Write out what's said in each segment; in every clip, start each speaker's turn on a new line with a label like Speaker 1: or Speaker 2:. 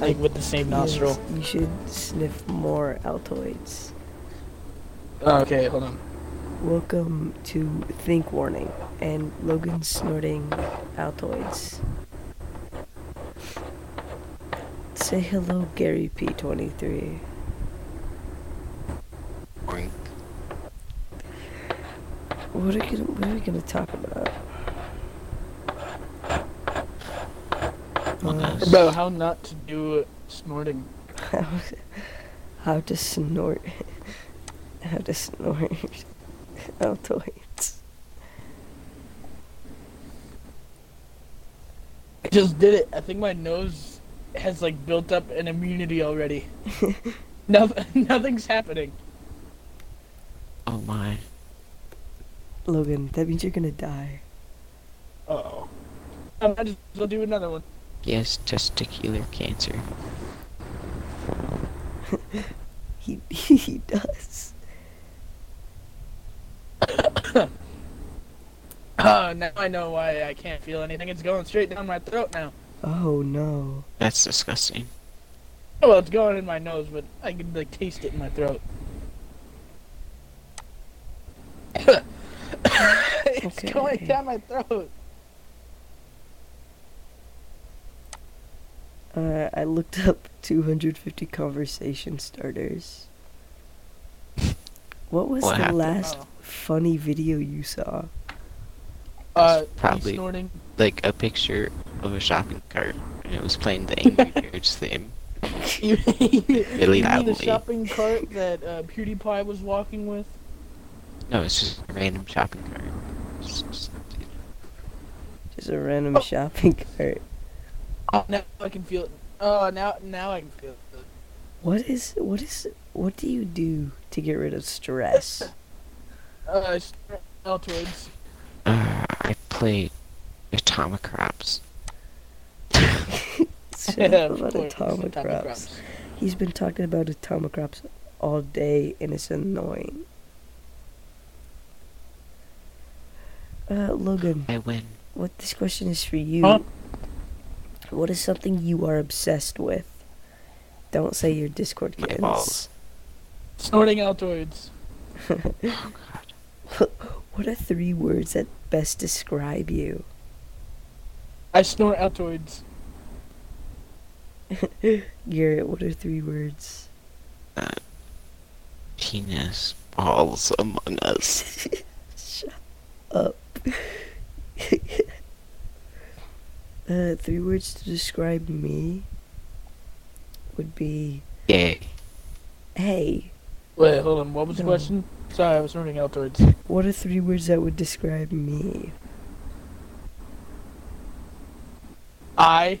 Speaker 1: like with the same nostril.
Speaker 2: Yes, you should sniff more Altoids.
Speaker 1: Oh, Okay, hold on.
Speaker 2: Welcome to Think Warning and Logan snorting Altoids. Say hello, Gary P23.
Speaker 3: Boing.
Speaker 2: What are, gonna, what are we gonna talk about?
Speaker 3: What
Speaker 2: Uh,
Speaker 3: else?
Speaker 1: Bro, how not to do snorting?
Speaker 2: how, how to snort. How to snort Altoids.
Speaker 1: I just did it. I think my nose has like built up an immunity already. no, nothing's happening.
Speaker 3: Oh my.
Speaker 2: Logan, that means you're gonna die.
Speaker 1: Uh-oh. I might as well do another one.
Speaker 3: He has testicular cancer.
Speaker 2: He he does.
Speaker 1: Oh, now I know why I can't feel anything. It's going straight down my throat now.
Speaker 2: Oh no.
Speaker 3: That's disgusting.
Speaker 1: Well, it's going in my nose, but I can like taste it in my throat. it's going
Speaker 2: Okay.
Speaker 1: down my throat.
Speaker 2: Uh, I looked up 250 conversation starters. What was
Speaker 3: What
Speaker 2: the
Speaker 3: happened?
Speaker 2: last
Speaker 1: Oh.
Speaker 2: funny video you saw?
Speaker 1: Uh,
Speaker 3: Probably.
Speaker 1: snorting.
Speaker 3: Like a picture of a shopping cart, and it was playing the Angry Birds theme.
Speaker 1: You, you mean
Speaker 3: loudly.
Speaker 1: the shopping cart that uh, PewDiePie was walking with?
Speaker 3: No, it's just a random shopping cart. It's just-
Speaker 2: Just a random
Speaker 1: Oh.
Speaker 2: shopping cart.
Speaker 1: Now I can feel it. Oh, now now I can feel it.
Speaker 2: What is what is what do you do to get rid of stress?
Speaker 1: Uh, it's Altoids.
Speaker 3: Uh, I played Atomic Crops.
Speaker 2: Shut
Speaker 1: Yeah,
Speaker 2: up
Speaker 1: of
Speaker 2: about
Speaker 1: course,
Speaker 2: atomic crops. He's been talking about atomic crops all day, and it's annoying. Uh, Logan,
Speaker 3: I win.
Speaker 2: what this question is for you.
Speaker 1: Huh?
Speaker 2: What is something you are obsessed with? Don't say your Discord
Speaker 3: My
Speaker 2: kids.
Speaker 3: balls.
Speaker 1: Snorting Altoids.
Speaker 3: Oh god.
Speaker 2: What are three words that best describe you?
Speaker 1: I snort Altoids.
Speaker 2: Garrett, what are three words?
Speaker 3: Penis balls among us.
Speaker 2: Shut up. uh, three words to describe me would be
Speaker 3: Yay.
Speaker 2: hey.
Speaker 1: Wait, hold on. What was the
Speaker 2: No.
Speaker 1: question? Sorry, I was snorting Altoids.
Speaker 2: What are three words that would describe me?
Speaker 1: I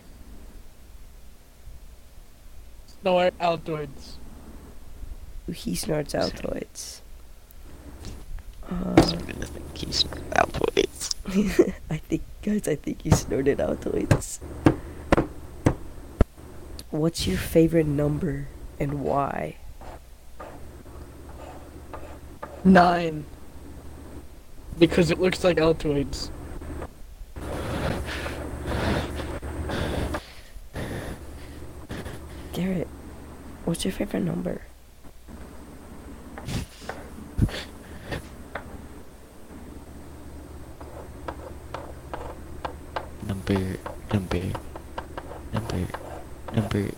Speaker 1: snort Altoids.
Speaker 2: He snorts Altoids.
Speaker 3: So
Speaker 2: Uh,
Speaker 3: I'm gonna think he's that voice.
Speaker 2: I think, guys, I think you snorted Altoids. What's your favorite number and why?
Speaker 1: Nine. Because it looks like Altoids.
Speaker 2: Garrett, what's your favorite number?
Speaker 3: Number, number, number, number,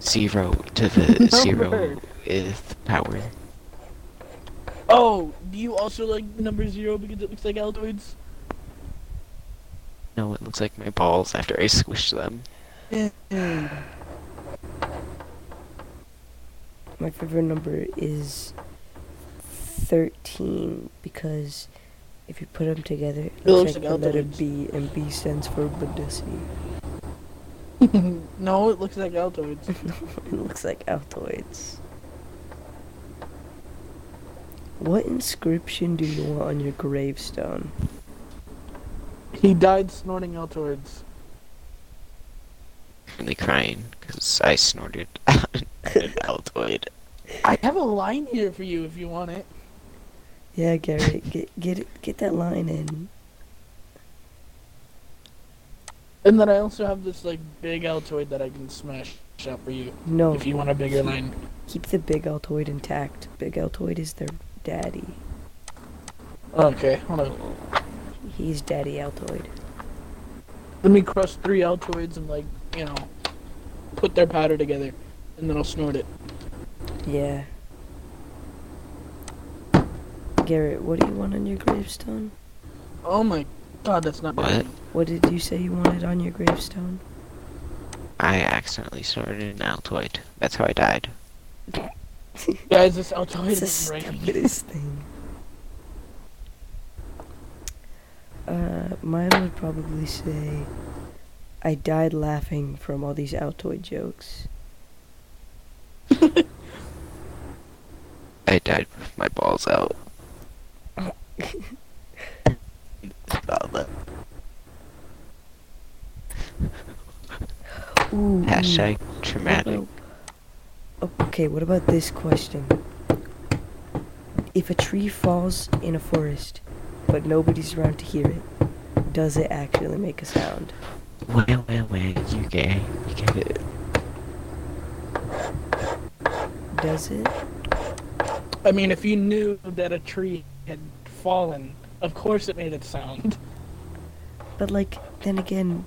Speaker 3: zero to the zero
Speaker 1: Number.
Speaker 3: is power.
Speaker 1: Oh, do you also like number zero because it looks like Altoids?
Speaker 3: No, it looks like my balls after I squish them.
Speaker 2: My favorite number is 13 because if you put them together, it looks like the letter
Speaker 1: Altoids.
Speaker 2: B, and B stands for Badussi.
Speaker 1: no, it looks like Altoids.
Speaker 2: It looks like Altoids. What inscription do you want on your gravestone?
Speaker 1: he died snorting Altoids.
Speaker 3: I'm really crying because I snorted an Altoid.
Speaker 1: I have a line here for you if you want it.
Speaker 2: Yeah, Garrett, get get it, get that line in.
Speaker 1: And then I also have this like big Altoid that I can smash. shop for you
Speaker 2: No,
Speaker 1: if you want a bigger line.
Speaker 2: keep the big Altoid intact. Big Altoid is their daddy.
Speaker 1: Okay, hold on.
Speaker 2: He's daddy Altoid.
Speaker 1: Let me crush three Altoids and like you know, put their powder together, and then I'll snort it.
Speaker 2: Yeah. Garrett, what do you want on your gravestone?
Speaker 1: Oh my god, that's not
Speaker 3: What?
Speaker 2: What did you say you wanted on your gravestone?
Speaker 3: I accidentally started an Altoid. That's how I died.
Speaker 1: Guys, this Altoid
Speaker 2: It's the
Speaker 1: is right.
Speaker 2: stupidest thing. Uh, mine would probably say, I died laughing from all these Altoid jokes.
Speaker 3: I died with my balls out. That's about that.
Speaker 2: Ooh.
Speaker 3: Hashtag
Speaker 2: What
Speaker 3: traumatic.
Speaker 2: about- Okay, what about this question? If a tree falls in a forest, but nobody's around to hear it, does it actually make a sound?
Speaker 3: Well, well, well, you gay. You get it.
Speaker 2: Does it?
Speaker 1: I mean, if you knew that a tree had fallen, of course it made it sound.
Speaker 2: But like, then again,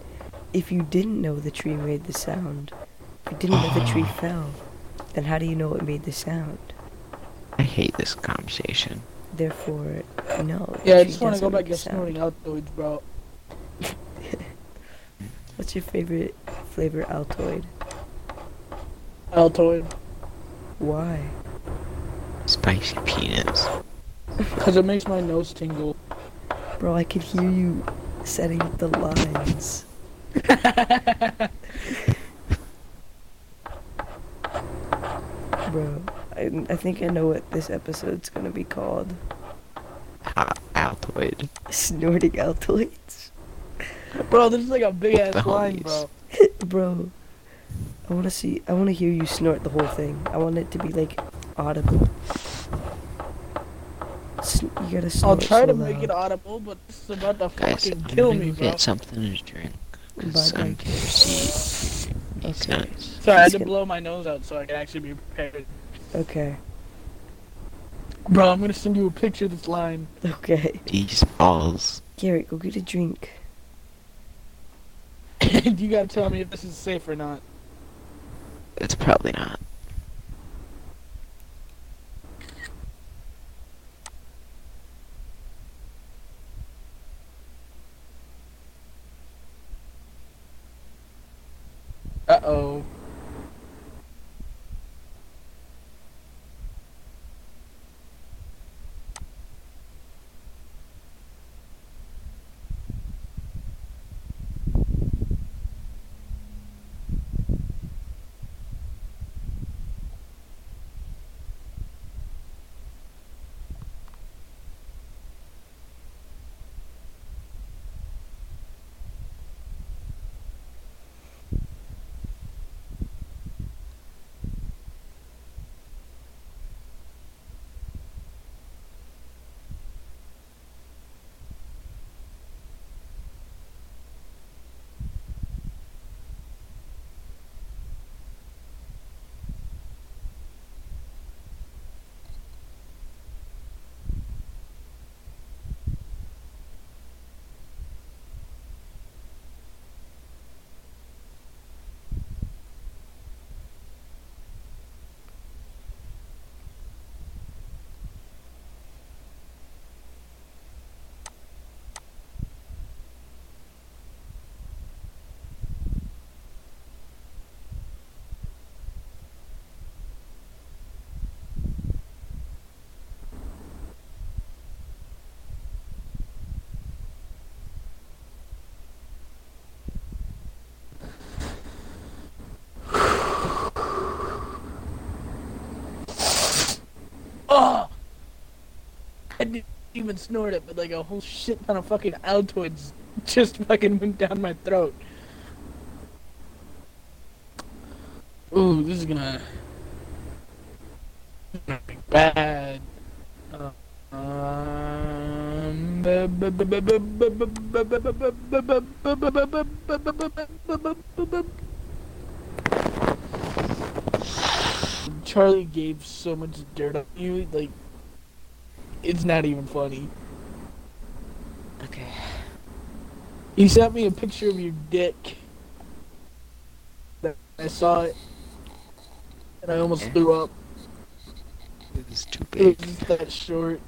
Speaker 2: if you didn't know the tree made the sound, if you didn't know the tree fell, then how do you know it made the sound?
Speaker 3: I hate this conversation.
Speaker 2: Therefore, no. the
Speaker 1: Yeah, I
Speaker 2: tree
Speaker 1: just want to go
Speaker 2: doesn't
Speaker 1: back
Speaker 2: make a
Speaker 1: to
Speaker 2: sound.
Speaker 1: snorting Altoids, bro.
Speaker 2: What's your favorite flavor Altoid?
Speaker 1: Altoid,
Speaker 2: Why?
Speaker 3: Spicy peanuts.
Speaker 1: because it makes my nose tingle.
Speaker 2: Bro, I could hear you setting up the lines. Bro, I, I think I know what this episode's gonna be called.
Speaker 3: Al- Altoid.
Speaker 2: Snorting Altoids.
Speaker 1: Bro, this is like a big ass
Speaker 3: The
Speaker 1: line,
Speaker 3: homies.
Speaker 1: bro.
Speaker 2: Bro, I wanna see, I wanna hear you snort the whole thing. I want it to be like audible. Sn- you gotta
Speaker 1: I'll
Speaker 2: snort.
Speaker 1: try
Speaker 2: so
Speaker 1: to make it
Speaker 2: loud.
Speaker 1: audible, but this is about to
Speaker 3: Guys,
Speaker 1: fucking
Speaker 3: I'm
Speaker 1: kill
Speaker 3: gonna
Speaker 1: me,
Speaker 3: go
Speaker 1: bro.
Speaker 3: get something to drink. Cause
Speaker 2: But,
Speaker 3: I'm
Speaker 2: like,
Speaker 3: thirsty. These
Speaker 2: Okay.
Speaker 3: nuts.
Speaker 1: Sorry, I had
Speaker 2: It's
Speaker 1: to
Speaker 2: gonna-
Speaker 1: blow my nose out so I could actually be prepared.
Speaker 2: okay,
Speaker 1: Bro, I'm gonna send you a picture of this line.
Speaker 2: okay.
Speaker 3: These balls.
Speaker 2: Garrett, go get a drink.
Speaker 1: and you gotta tell me if this is safe or not.
Speaker 3: It's probably not.
Speaker 1: Uh oh. Oh! I didn't even snort it, but like a whole shit ton of fucking Altoids just fucking went down my throat. Ooh, this is gonna. this is gonna be bad. Uh, Um. Charlie gave so much dirt on you, like it's not even funny.
Speaker 3: Okay.
Speaker 1: He sent me a picture of your dick. That- I saw it, and I almost
Speaker 3: Okay.
Speaker 1: threw up.
Speaker 3: It was too
Speaker 1: It
Speaker 3: big.
Speaker 1: was just that short.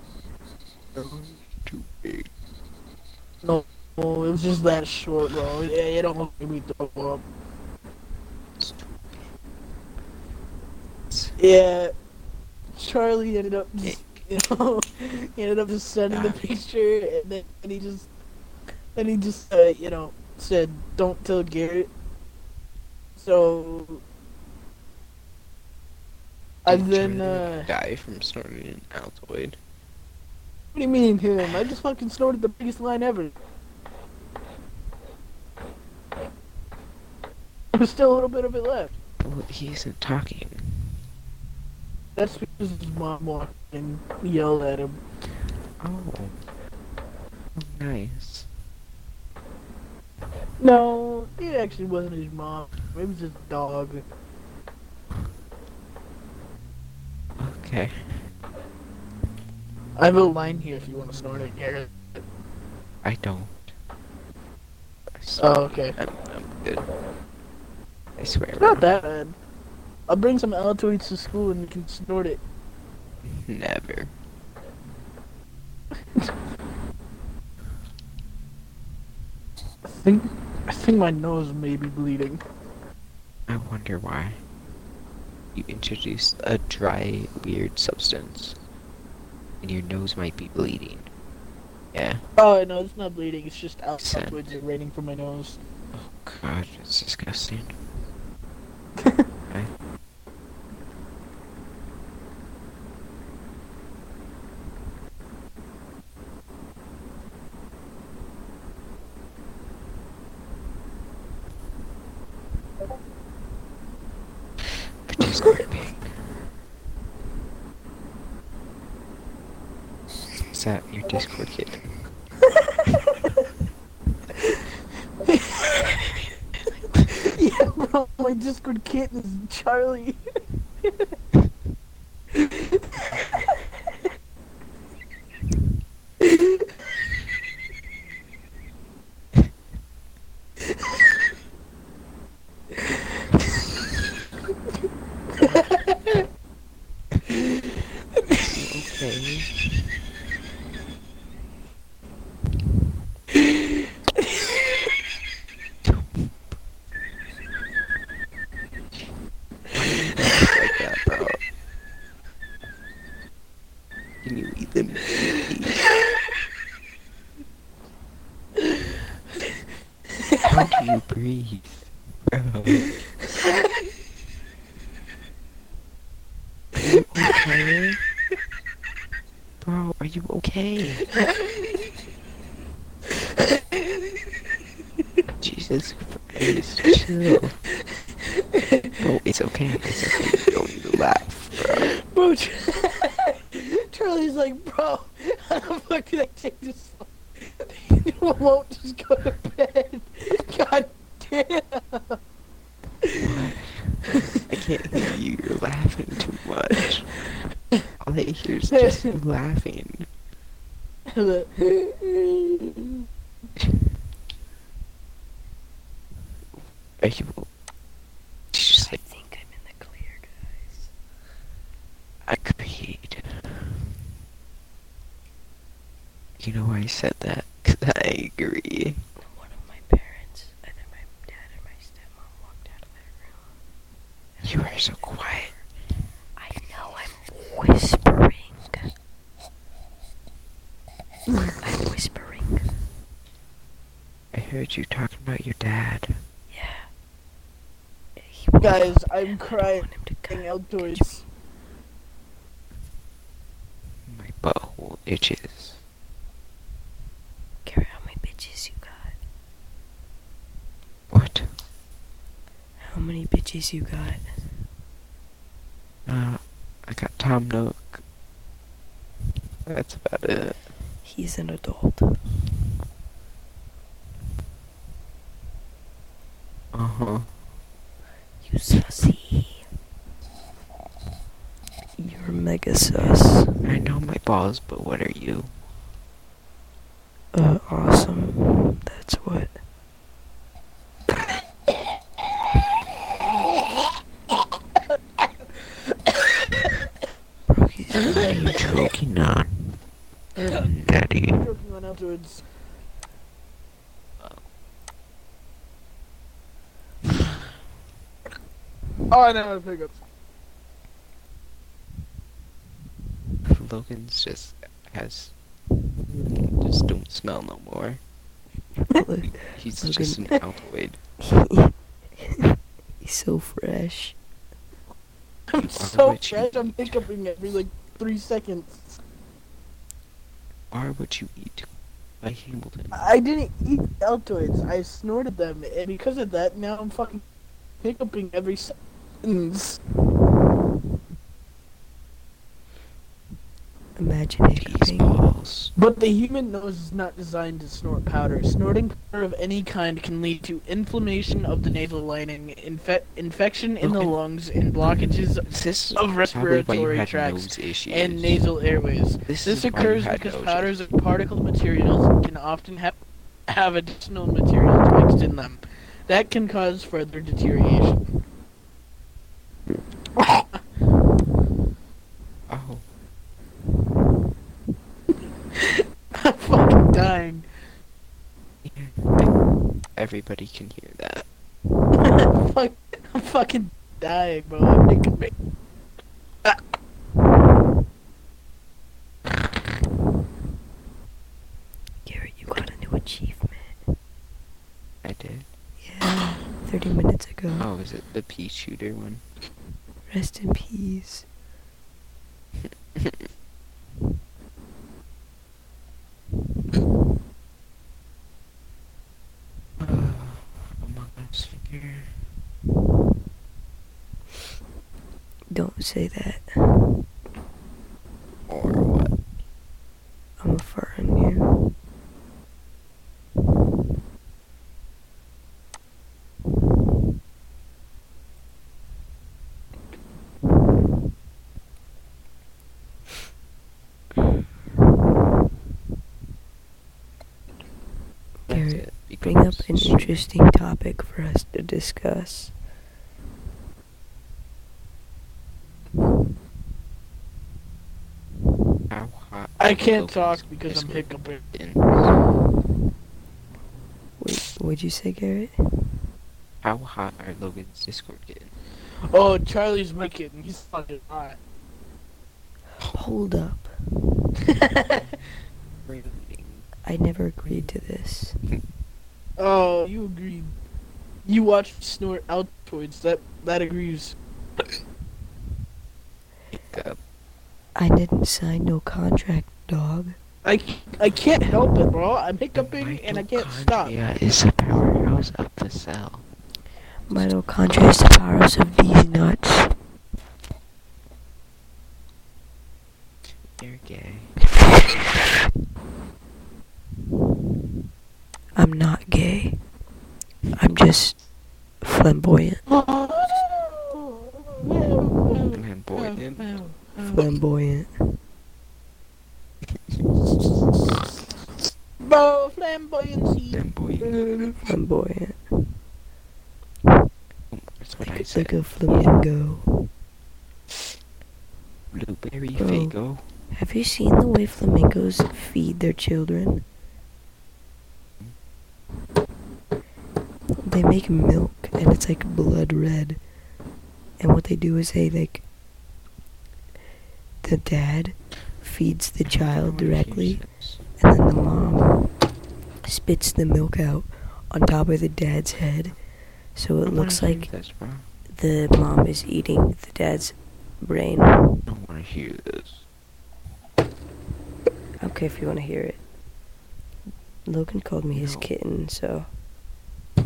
Speaker 3: It was too big.
Speaker 1: Oh, it was just that short, bro. It, it almost made me throw up.
Speaker 3: It's too
Speaker 1: Yeah, Charlie ended up
Speaker 3: big.
Speaker 1: just you know, he ended up just sending the picture, and then and he just, and he just, uh, you know, said, "Don't tell Garrett." So, and then, uh,
Speaker 3: die from snorting an Altoid.
Speaker 1: what do you mean him? I just fucking snorted the biggest line ever. There's still a little bit of it left.
Speaker 3: Well, he isn't talking.
Speaker 1: That's because his mom walked in and yelled at him.
Speaker 3: Oh. Oh, nice.
Speaker 1: No, it actually wasn't his mom. It was his dog.
Speaker 3: Okay.
Speaker 1: I have a line here if you want to snort it, Garrett.
Speaker 3: I don't. I swear,
Speaker 1: Oh, okay.
Speaker 3: I'm, I'm good. I swear.
Speaker 1: It's not that bad. I'll bring some Altoids to school and you can snort it.
Speaker 3: Never.
Speaker 1: I think I think my nose may be bleeding.
Speaker 3: I wonder why. You introduced a dry, weird substance, and your nose might be bleeding. Yeah.
Speaker 1: Oh no, it's not bleeding. It's just Al-
Speaker 3: Sad.
Speaker 1: Altoids are raining from my nose.
Speaker 3: God, that's disgusting. I... But just quite big. Is that your Discord kid?
Speaker 1: yeah, bro. My Discord kitten is Charlie.
Speaker 3: Okay. like that, bro. Can you eat them? How do you breathe, bro? Are you okay? Bro, are you okay? Jesus Christ, chill. Bro, it's okay. It's okay. You don't need to laugh, bro.
Speaker 1: Bro, Ch- Charlie's like, bro, how the fuck did I take this? long? You won't just go to bed. God damn.
Speaker 3: I can't hear you. You're laughing too much. All I hear is just you laughing. Are you? It's just
Speaker 2: I
Speaker 3: like
Speaker 2: think I'm in the clear, guys.
Speaker 3: agreed. You know why I said that? 'Cause I agree.
Speaker 2: One of my parents, either my dad or my stepmom, walked out of their room.
Speaker 3: You are so quiet.
Speaker 2: I know I'm whispering. I'm whispering.
Speaker 3: I heard you talking about your dad.
Speaker 2: Yeah. He woke
Speaker 1: Guys,
Speaker 2: up
Speaker 1: I'm
Speaker 2: and I don't
Speaker 1: crying
Speaker 2: want him to come.
Speaker 1: outdoors.
Speaker 3: My butthole itches.
Speaker 2: Carry how many bitches you got?
Speaker 3: What?
Speaker 2: How many bitches you got?
Speaker 3: Uh, I got Tom Nook. That's about it.
Speaker 2: He's an adult.
Speaker 3: Uh huh. Uh-huh.
Speaker 2: You sussy. mega sus.
Speaker 3: I know my balls, but what are you?
Speaker 2: Uh, awesome. That's what. Brokey's
Speaker 3: What are you choking on, Daddy?
Speaker 1: Choking on afterwards. Oh, I know how to pick up.
Speaker 3: Logan's just has just don't smell no more.
Speaker 2: like,
Speaker 3: He's
Speaker 2: Logan-
Speaker 3: just an alkaloid.
Speaker 2: he's so fresh.
Speaker 1: I'm so fresh, I'm hiccuping every like three seconds.
Speaker 3: Are what you eat by Hamilton.
Speaker 1: I didn't eat Altoids, I snorted them, and because of that, now I'm fucking hiccuping every sentence.
Speaker 2: Imagine
Speaker 3: These
Speaker 2: hiccuping.
Speaker 3: balls.
Speaker 1: But the human nose is not designed to snort powder. Snorting powder of any kind can lead to inflammation of the nasal lining, infe- infection in the
Speaker 3: Okay.
Speaker 1: lungs, and blockages
Speaker 3: This is
Speaker 1: Of
Speaker 3: probably why you
Speaker 1: respiratory
Speaker 3: had
Speaker 1: tracts
Speaker 3: nose issues.
Speaker 1: and nasal airways.
Speaker 3: This,
Speaker 1: This
Speaker 3: is why you
Speaker 1: occurs
Speaker 3: had
Speaker 1: because
Speaker 3: nose
Speaker 1: powders
Speaker 3: issues.
Speaker 1: of particled materials can often have, have additional materials mixed in them. That can cause further deterioration.
Speaker 3: Oh,
Speaker 1: I'm fucking dying.
Speaker 3: everybody can hear that.
Speaker 1: Fuck, I'm fucking dying, bro. I'm hiccuping.
Speaker 2: Garrett, you got a new achievement.
Speaker 3: I did.
Speaker 2: Yeah, 30 minutes ago.
Speaker 3: Oh, is it the pea shooter one?
Speaker 2: Rest in peace.
Speaker 3: Oh, Among Us figure.
Speaker 2: Don't say that.
Speaker 3: Or what?
Speaker 2: I'm a fart on you.
Speaker 3: That's
Speaker 2: Garrett,
Speaker 3: it,
Speaker 2: Bring up
Speaker 3: because
Speaker 2: an
Speaker 3: she-
Speaker 2: interesting topic for us to discuss.
Speaker 3: How hot
Speaker 1: I
Speaker 3: is
Speaker 1: can't
Speaker 3: Logan's
Speaker 1: talk because
Speaker 3: piss
Speaker 1: I'm
Speaker 3: with
Speaker 1: hiccuping.
Speaker 3: in?
Speaker 2: Wait, what'd you say, Garrett?
Speaker 3: How hot are Logan's Discord getting?
Speaker 1: Oh, Charlie's wicked, and he's fucking hot.
Speaker 2: Hold up. I never agreed to this.
Speaker 1: Oh, you agreed. You watched snort Altoids. That that agrees.
Speaker 3: Hiccup.
Speaker 2: I didn't sign no contract, dog.
Speaker 1: I c- I can't help it, bro. I'm hiccuping and I can't stop.
Speaker 3: Yeah, it's the powerhouse of the cell.
Speaker 2: Mitochondria is the powers of these nuts.
Speaker 3: You're gay.
Speaker 2: I'm not gay. I'm just flamboyant.
Speaker 3: Man, boy, then.
Speaker 2: Flamboyant.
Speaker 1: Bro, flamboyancy.
Speaker 3: Then boy.
Speaker 2: Flamboyant.
Speaker 3: That's what I
Speaker 2: Like
Speaker 3: said.
Speaker 2: a flamingo.
Speaker 3: Blueberry
Speaker 2: Bro.
Speaker 3: fago.
Speaker 2: Have you seen the way flamingos feed their children? They make milk and it's like blood red. And what they do is they like the dad feeds the child directly and then the mom spits the milk out on top of the dad's head. So it looks like
Speaker 3: That's bro.
Speaker 2: the mom is eating the dad's brain.
Speaker 3: I don't want to hear this.
Speaker 2: Okay, if you want to hear it. Logan called me his
Speaker 3: No.
Speaker 2: kitten, so. And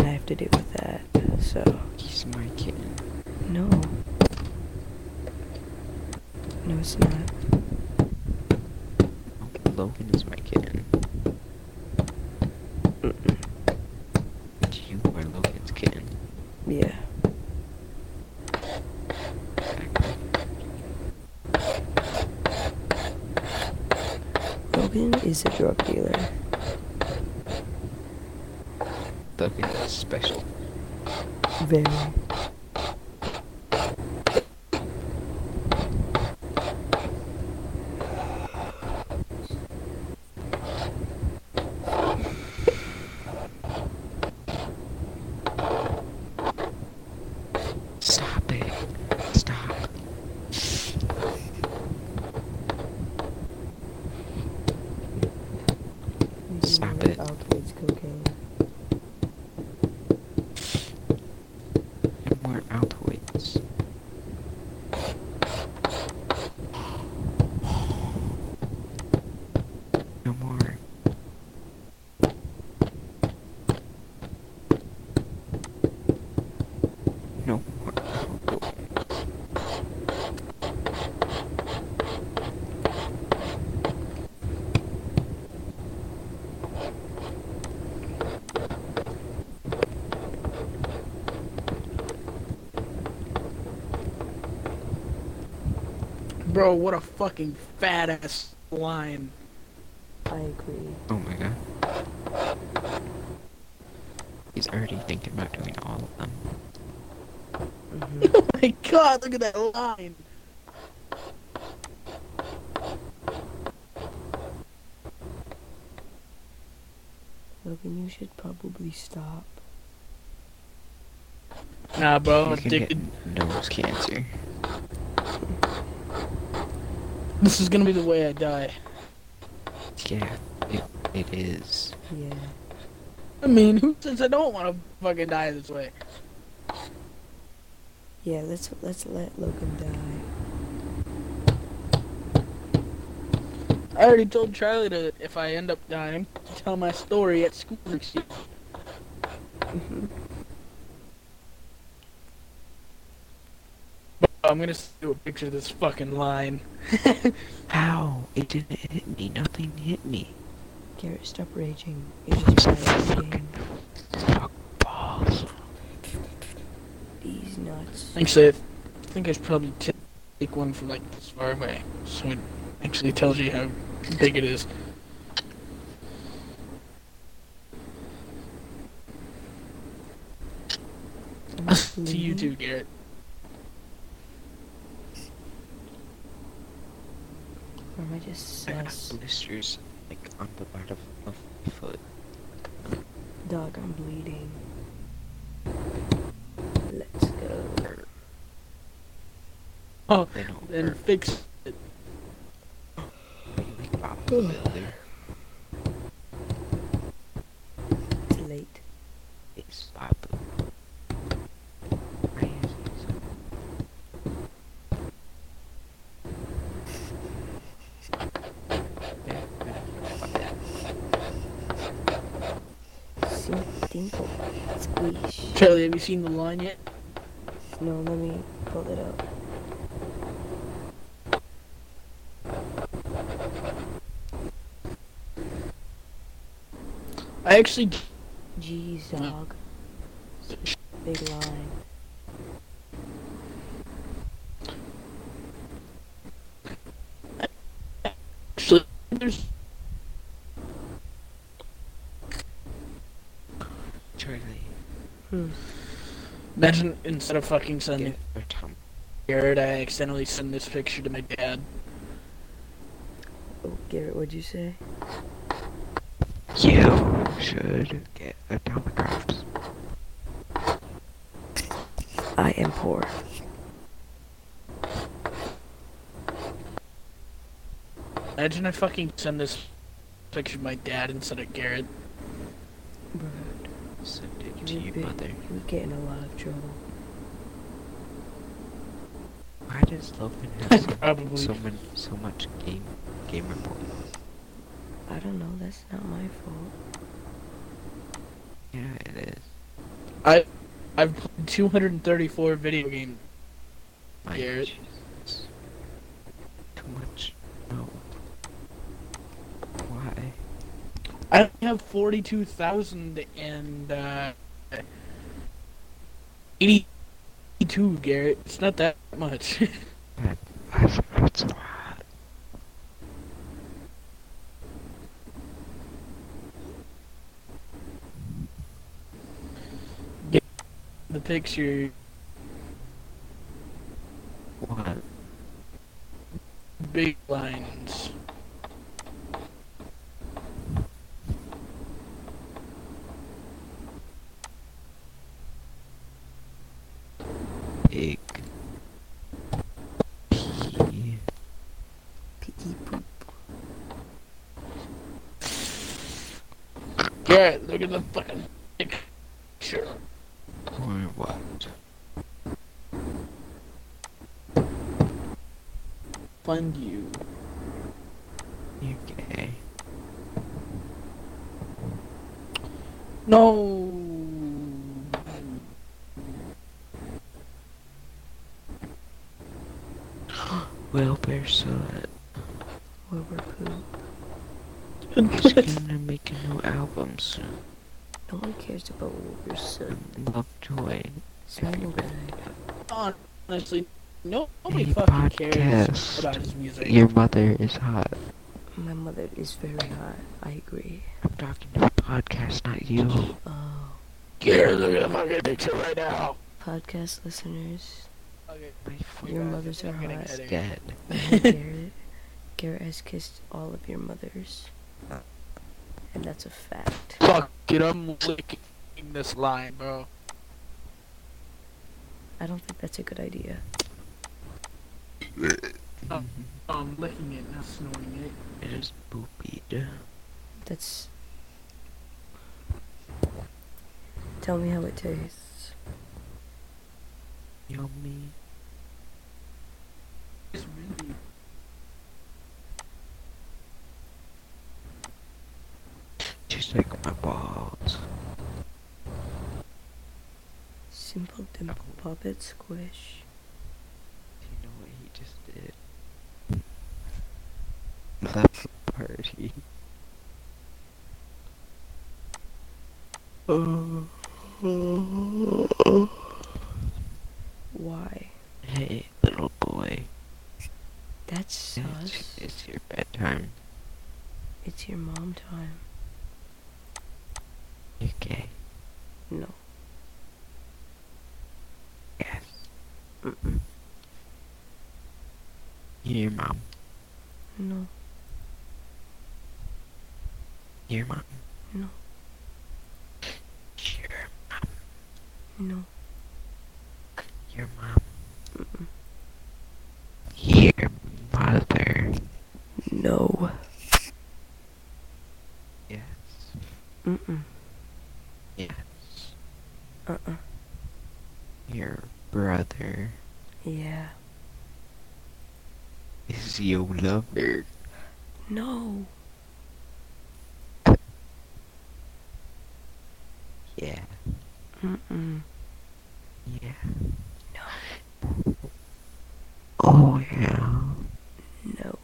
Speaker 2: I have to deal with that, so.
Speaker 3: He's my kitten.
Speaker 2: No. No, it's not.
Speaker 3: Logan is my kitten. You are Logan's kitten.
Speaker 2: Yeah. Logan is a drug dealer.
Speaker 3: Logan is special.
Speaker 2: Very.
Speaker 3: Stop it. Stop. Stop it.
Speaker 2: Alkaloids, cocaine.
Speaker 3: And more Altoids. No more. No more. Altoids.
Speaker 1: Bro, what a fucking fat ass line.
Speaker 2: I agree.
Speaker 3: Oh my god. He's already thinking about doing all of them.
Speaker 2: Mhm.
Speaker 1: Oh My god, look at that line.
Speaker 2: Logan, you should probably stop.
Speaker 1: Nah, bro, I'm
Speaker 3: You can get
Speaker 1: addicted.
Speaker 3: nose cancer.
Speaker 1: This is gonna be the way I die.
Speaker 3: Yeah, it, it is.
Speaker 2: Yeah.
Speaker 1: I mean, who says I don't want to fucking die this way?
Speaker 2: Yeah, let's let's let Logan die.
Speaker 1: I already told Charlie to, if I end up dying, to tell my story at school next year. I'm gonna s- do a picture of this fucking line.
Speaker 3: How? It didn't hit me. Nothing hit me.
Speaker 2: Garrett, stop raging. You're just bad at the game.
Speaker 3: Fuck balls.
Speaker 2: These nuts.
Speaker 1: Thanks, Seth. I think I should probably t- take one from like this far away, so it actually tells you how big it is.
Speaker 2: Am I
Speaker 1: to you
Speaker 2: bleeding?
Speaker 1: too, Garrett.
Speaker 2: Or am I just
Speaker 3: I got
Speaker 2: sus?
Speaker 3: blisters like on the bottom of my foot.
Speaker 2: Dog, I'm bleeding. Let's go.
Speaker 1: Oh,
Speaker 3: They don't
Speaker 1: then
Speaker 3: hurt.
Speaker 1: fix it.
Speaker 3: They make bodybuilder.
Speaker 2: It's late.
Speaker 3: It's bodybuilder. I am so- Yeah, I know about that.
Speaker 2: Sink, dinkle, squish.
Speaker 1: Charlie, have you seen the line yet?
Speaker 2: No, let me pull it up.
Speaker 1: I actually
Speaker 2: Jeez, dog. Big line.
Speaker 1: actually there's
Speaker 3: Charlie,
Speaker 2: Hmm.
Speaker 1: imagine instead of fucking sending
Speaker 3: get your tum-
Speaker 1: Garrett, I accidentally send this picture to my dad.
Speaker 2: Oh, Garrett, what'd you say?
Speaker 3: You should get a tummy drops.
Speaker 2: I am poor.
Speaker 1: Imagine I fucking send this picture to my dad instead of Garrett.
Speaker 2: Bro,
Speaker 3: Send it to
Speaker 2: you're,
Speaker 3: your
Speaker 2: big-
Speaker 3: mother.
Speaker 2: you're getting a lot of trouble.
Speaker 3: Why does Logan have so,
Speaker 1: Probably.
Speaker 3: so, many, so much game gamer points?
Speaker 2: I don't know, that's not my fault.
Speaker 3: Yeah, it is.
Speaker 1: I, I've played 234 video games.
Speaker 3: My
Speaker 1: Garrett.
Speaker 3: Jesus. Too much. No. Why?
Speaker 1: I have 42,000 and uh, 82, Garrett. It's not that much.
Speaker 3: That, that's, that's a lot.
Speaker 1: picture.
Speaker 3: What?
Speaker 1: Big lines.
Speaker 3: Big. P.
Speaker 2: Pee poop.
Speaker 1: Garrett, look at the fucking picture.
Speaker 3: Or what?
Speaker 1: Fund you.
Speaker 3: You're gay.
Speaker 1: No.
Speaker 3: Wilbur Solet
Speaker 2: Wilbur poop.
Speaker 3: is gonna make a new album soon.
Speaker 2: No one cares about Wilbur's son.
Speaker 3: Lovejoy.
Speaker 2: Everybody.
Speaker 1: Honestly, no, nobody
Speaker 3: Hey,
Speaker 1: fucking cares
Speaker 3: podcast.
Speaker 1: about his music.
Speaker 3: Your mother is hot.
Speaker 2: My mother is very hot. I agree.
Speaker 3: I'm talking to a podcast, not you.
Speaker 2: Oh,
Speaker 1: Garrett, look at the fucking picture right now.
Speaker 2: podcast listeners.
Speaker 1: Okay.
Speaker 3: My
Speaker 2: Your
Speaker 1: Yeah, I
Speaker 2: mothers are
Speaker 1: think I'm gonna
Speaker 2: hot.
Speaker 1: get it.
Speaker 3: dead.
Speaker 2: Garrett. Garrett has kissed all of your mothers. And that's a fact.
Speaker 1: Fuck it, I'm licking this line, bro.
Speaker 2: I don't think that's a good idea.
Speaker 1: I'm licking it, not snorting it.
Speaker 3: It is boopied.
Speaker 2: That's. Tell me how it tastes.
Speaker 3: Yummy.
Speaker 1: It's really
Speaker 3: Just like my balls.
Speaker 2: Simple dimple puppet squish.
Speaker 3: Do you know what he just did? That's a party.
Speaker 2: Why?
Speaker 3: Hey, little boy.
Speaker 2: That's
Speaker 3: It's,
Speaker 2: sus.
Speaker 3: it's your bedtime.
Speaker 2: It's your mom time.
Speaker 3: You're gay.
Speaker 2: No.
Speaker 3: Yes.
Speaker 2: Mm-mm.
Speaker 3: Your mom.
Speaker 2: No.
Speaker 3: Your mom.
Speaker 2: No.
Speaker 3: Your,
Speaker 2: No.
Speaker 3: your mom.
Speaker 2: Mm-mm.
Speaker 3: Your mother.
Speaker 2: No.
Speaker 3: Yes.
Speaker 2: Mm-mm.
Speaker 3: Yes.
Speaker 2: Uh-uh.
Speaker 3: Your brother
Speaker 2: Yeah.
Speaker 3: is your lover.
Speaker 2: No.
Speaker 3: Yeah.
Speaker 2: Mm-mm.
Speaker 3: Yeah.
Speaker 2: No.
Speaker 3: Oh yeah.
Speaker 2: No.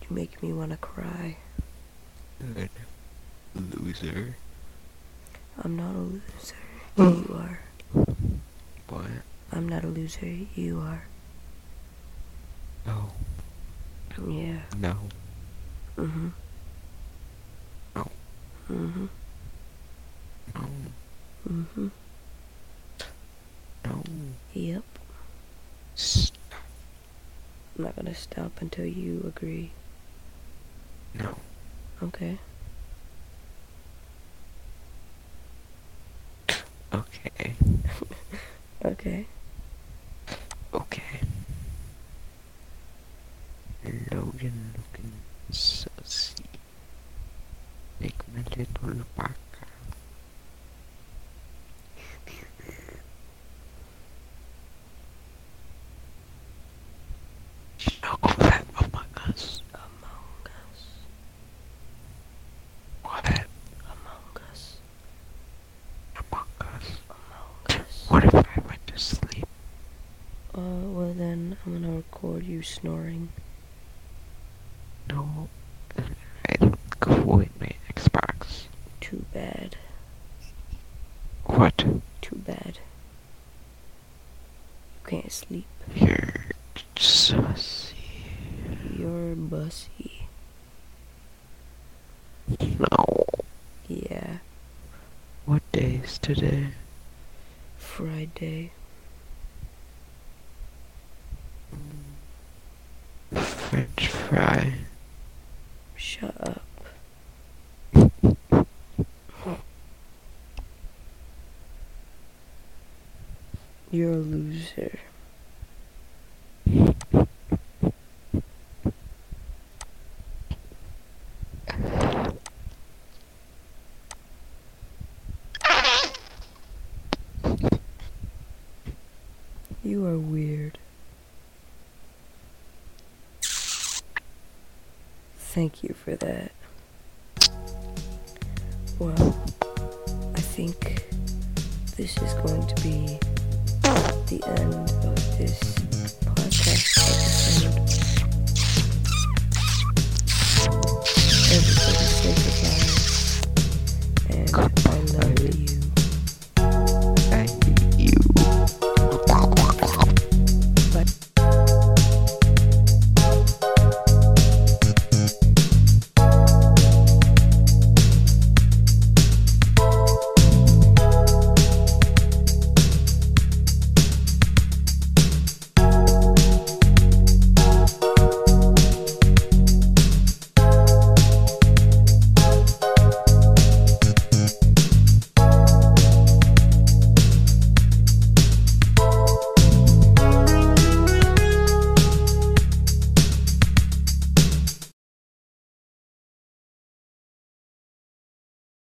Speaker 2: You make me want to cry.
Speaker 3: Good. Loser.
Speaker 2: I'm not a loser. You are.
Speaker 3: What?
Speaker 2: I'm not a loser. You are.
Speaker 3: No.
Speaker 2: Yeah.
Speaker 3: Oh, No.
Speaker 2: Mm-hmm.
Speaker 3: Ow.
Speaker 2: Mm-hmm.
Speaker 3: No.
Speaker 2: Mm-hmm.
Speaker 3: No.
Speaker 2: Yep.
Speaker 3: S-
Speaker 2: I'm not gonna stop until you agree.
Speaker 3: no.
Speaker 2: Okay.
Speaker 3: Okay.
Speaker 2: Okay.
Speaker 3: Okay. Logan looking sussy. Like my little back. No, Oh, that among us.
Speaker 2: Among Us.
Speaker 3: What?
Speaker 2: Among Us.
Speaker 3: Among us.
Speaker 2: Among Us.
Speaker 3: oh What if I went to sleep?
Speaker 2: Uh, well then, I'm gonna record you snoring.
Speaker 3: No. I'd quit my Xbox.
Speaker 2: Too bad.
Speaker 3: What?
Speaker 2: Too bad. You can't sleep.
Speaker 3: You're sussy.
Speaker 2: You're bussy.
Speaker 3: No.
Speaker 2: Yeah.
Speaker 3: What day is today?
Speaker 2: Friday.
Speaker 3: French fry.
Speaker 2: Shut up. You're a loser. You are weird. Thank you for that. Well, I think this is going to be the end of this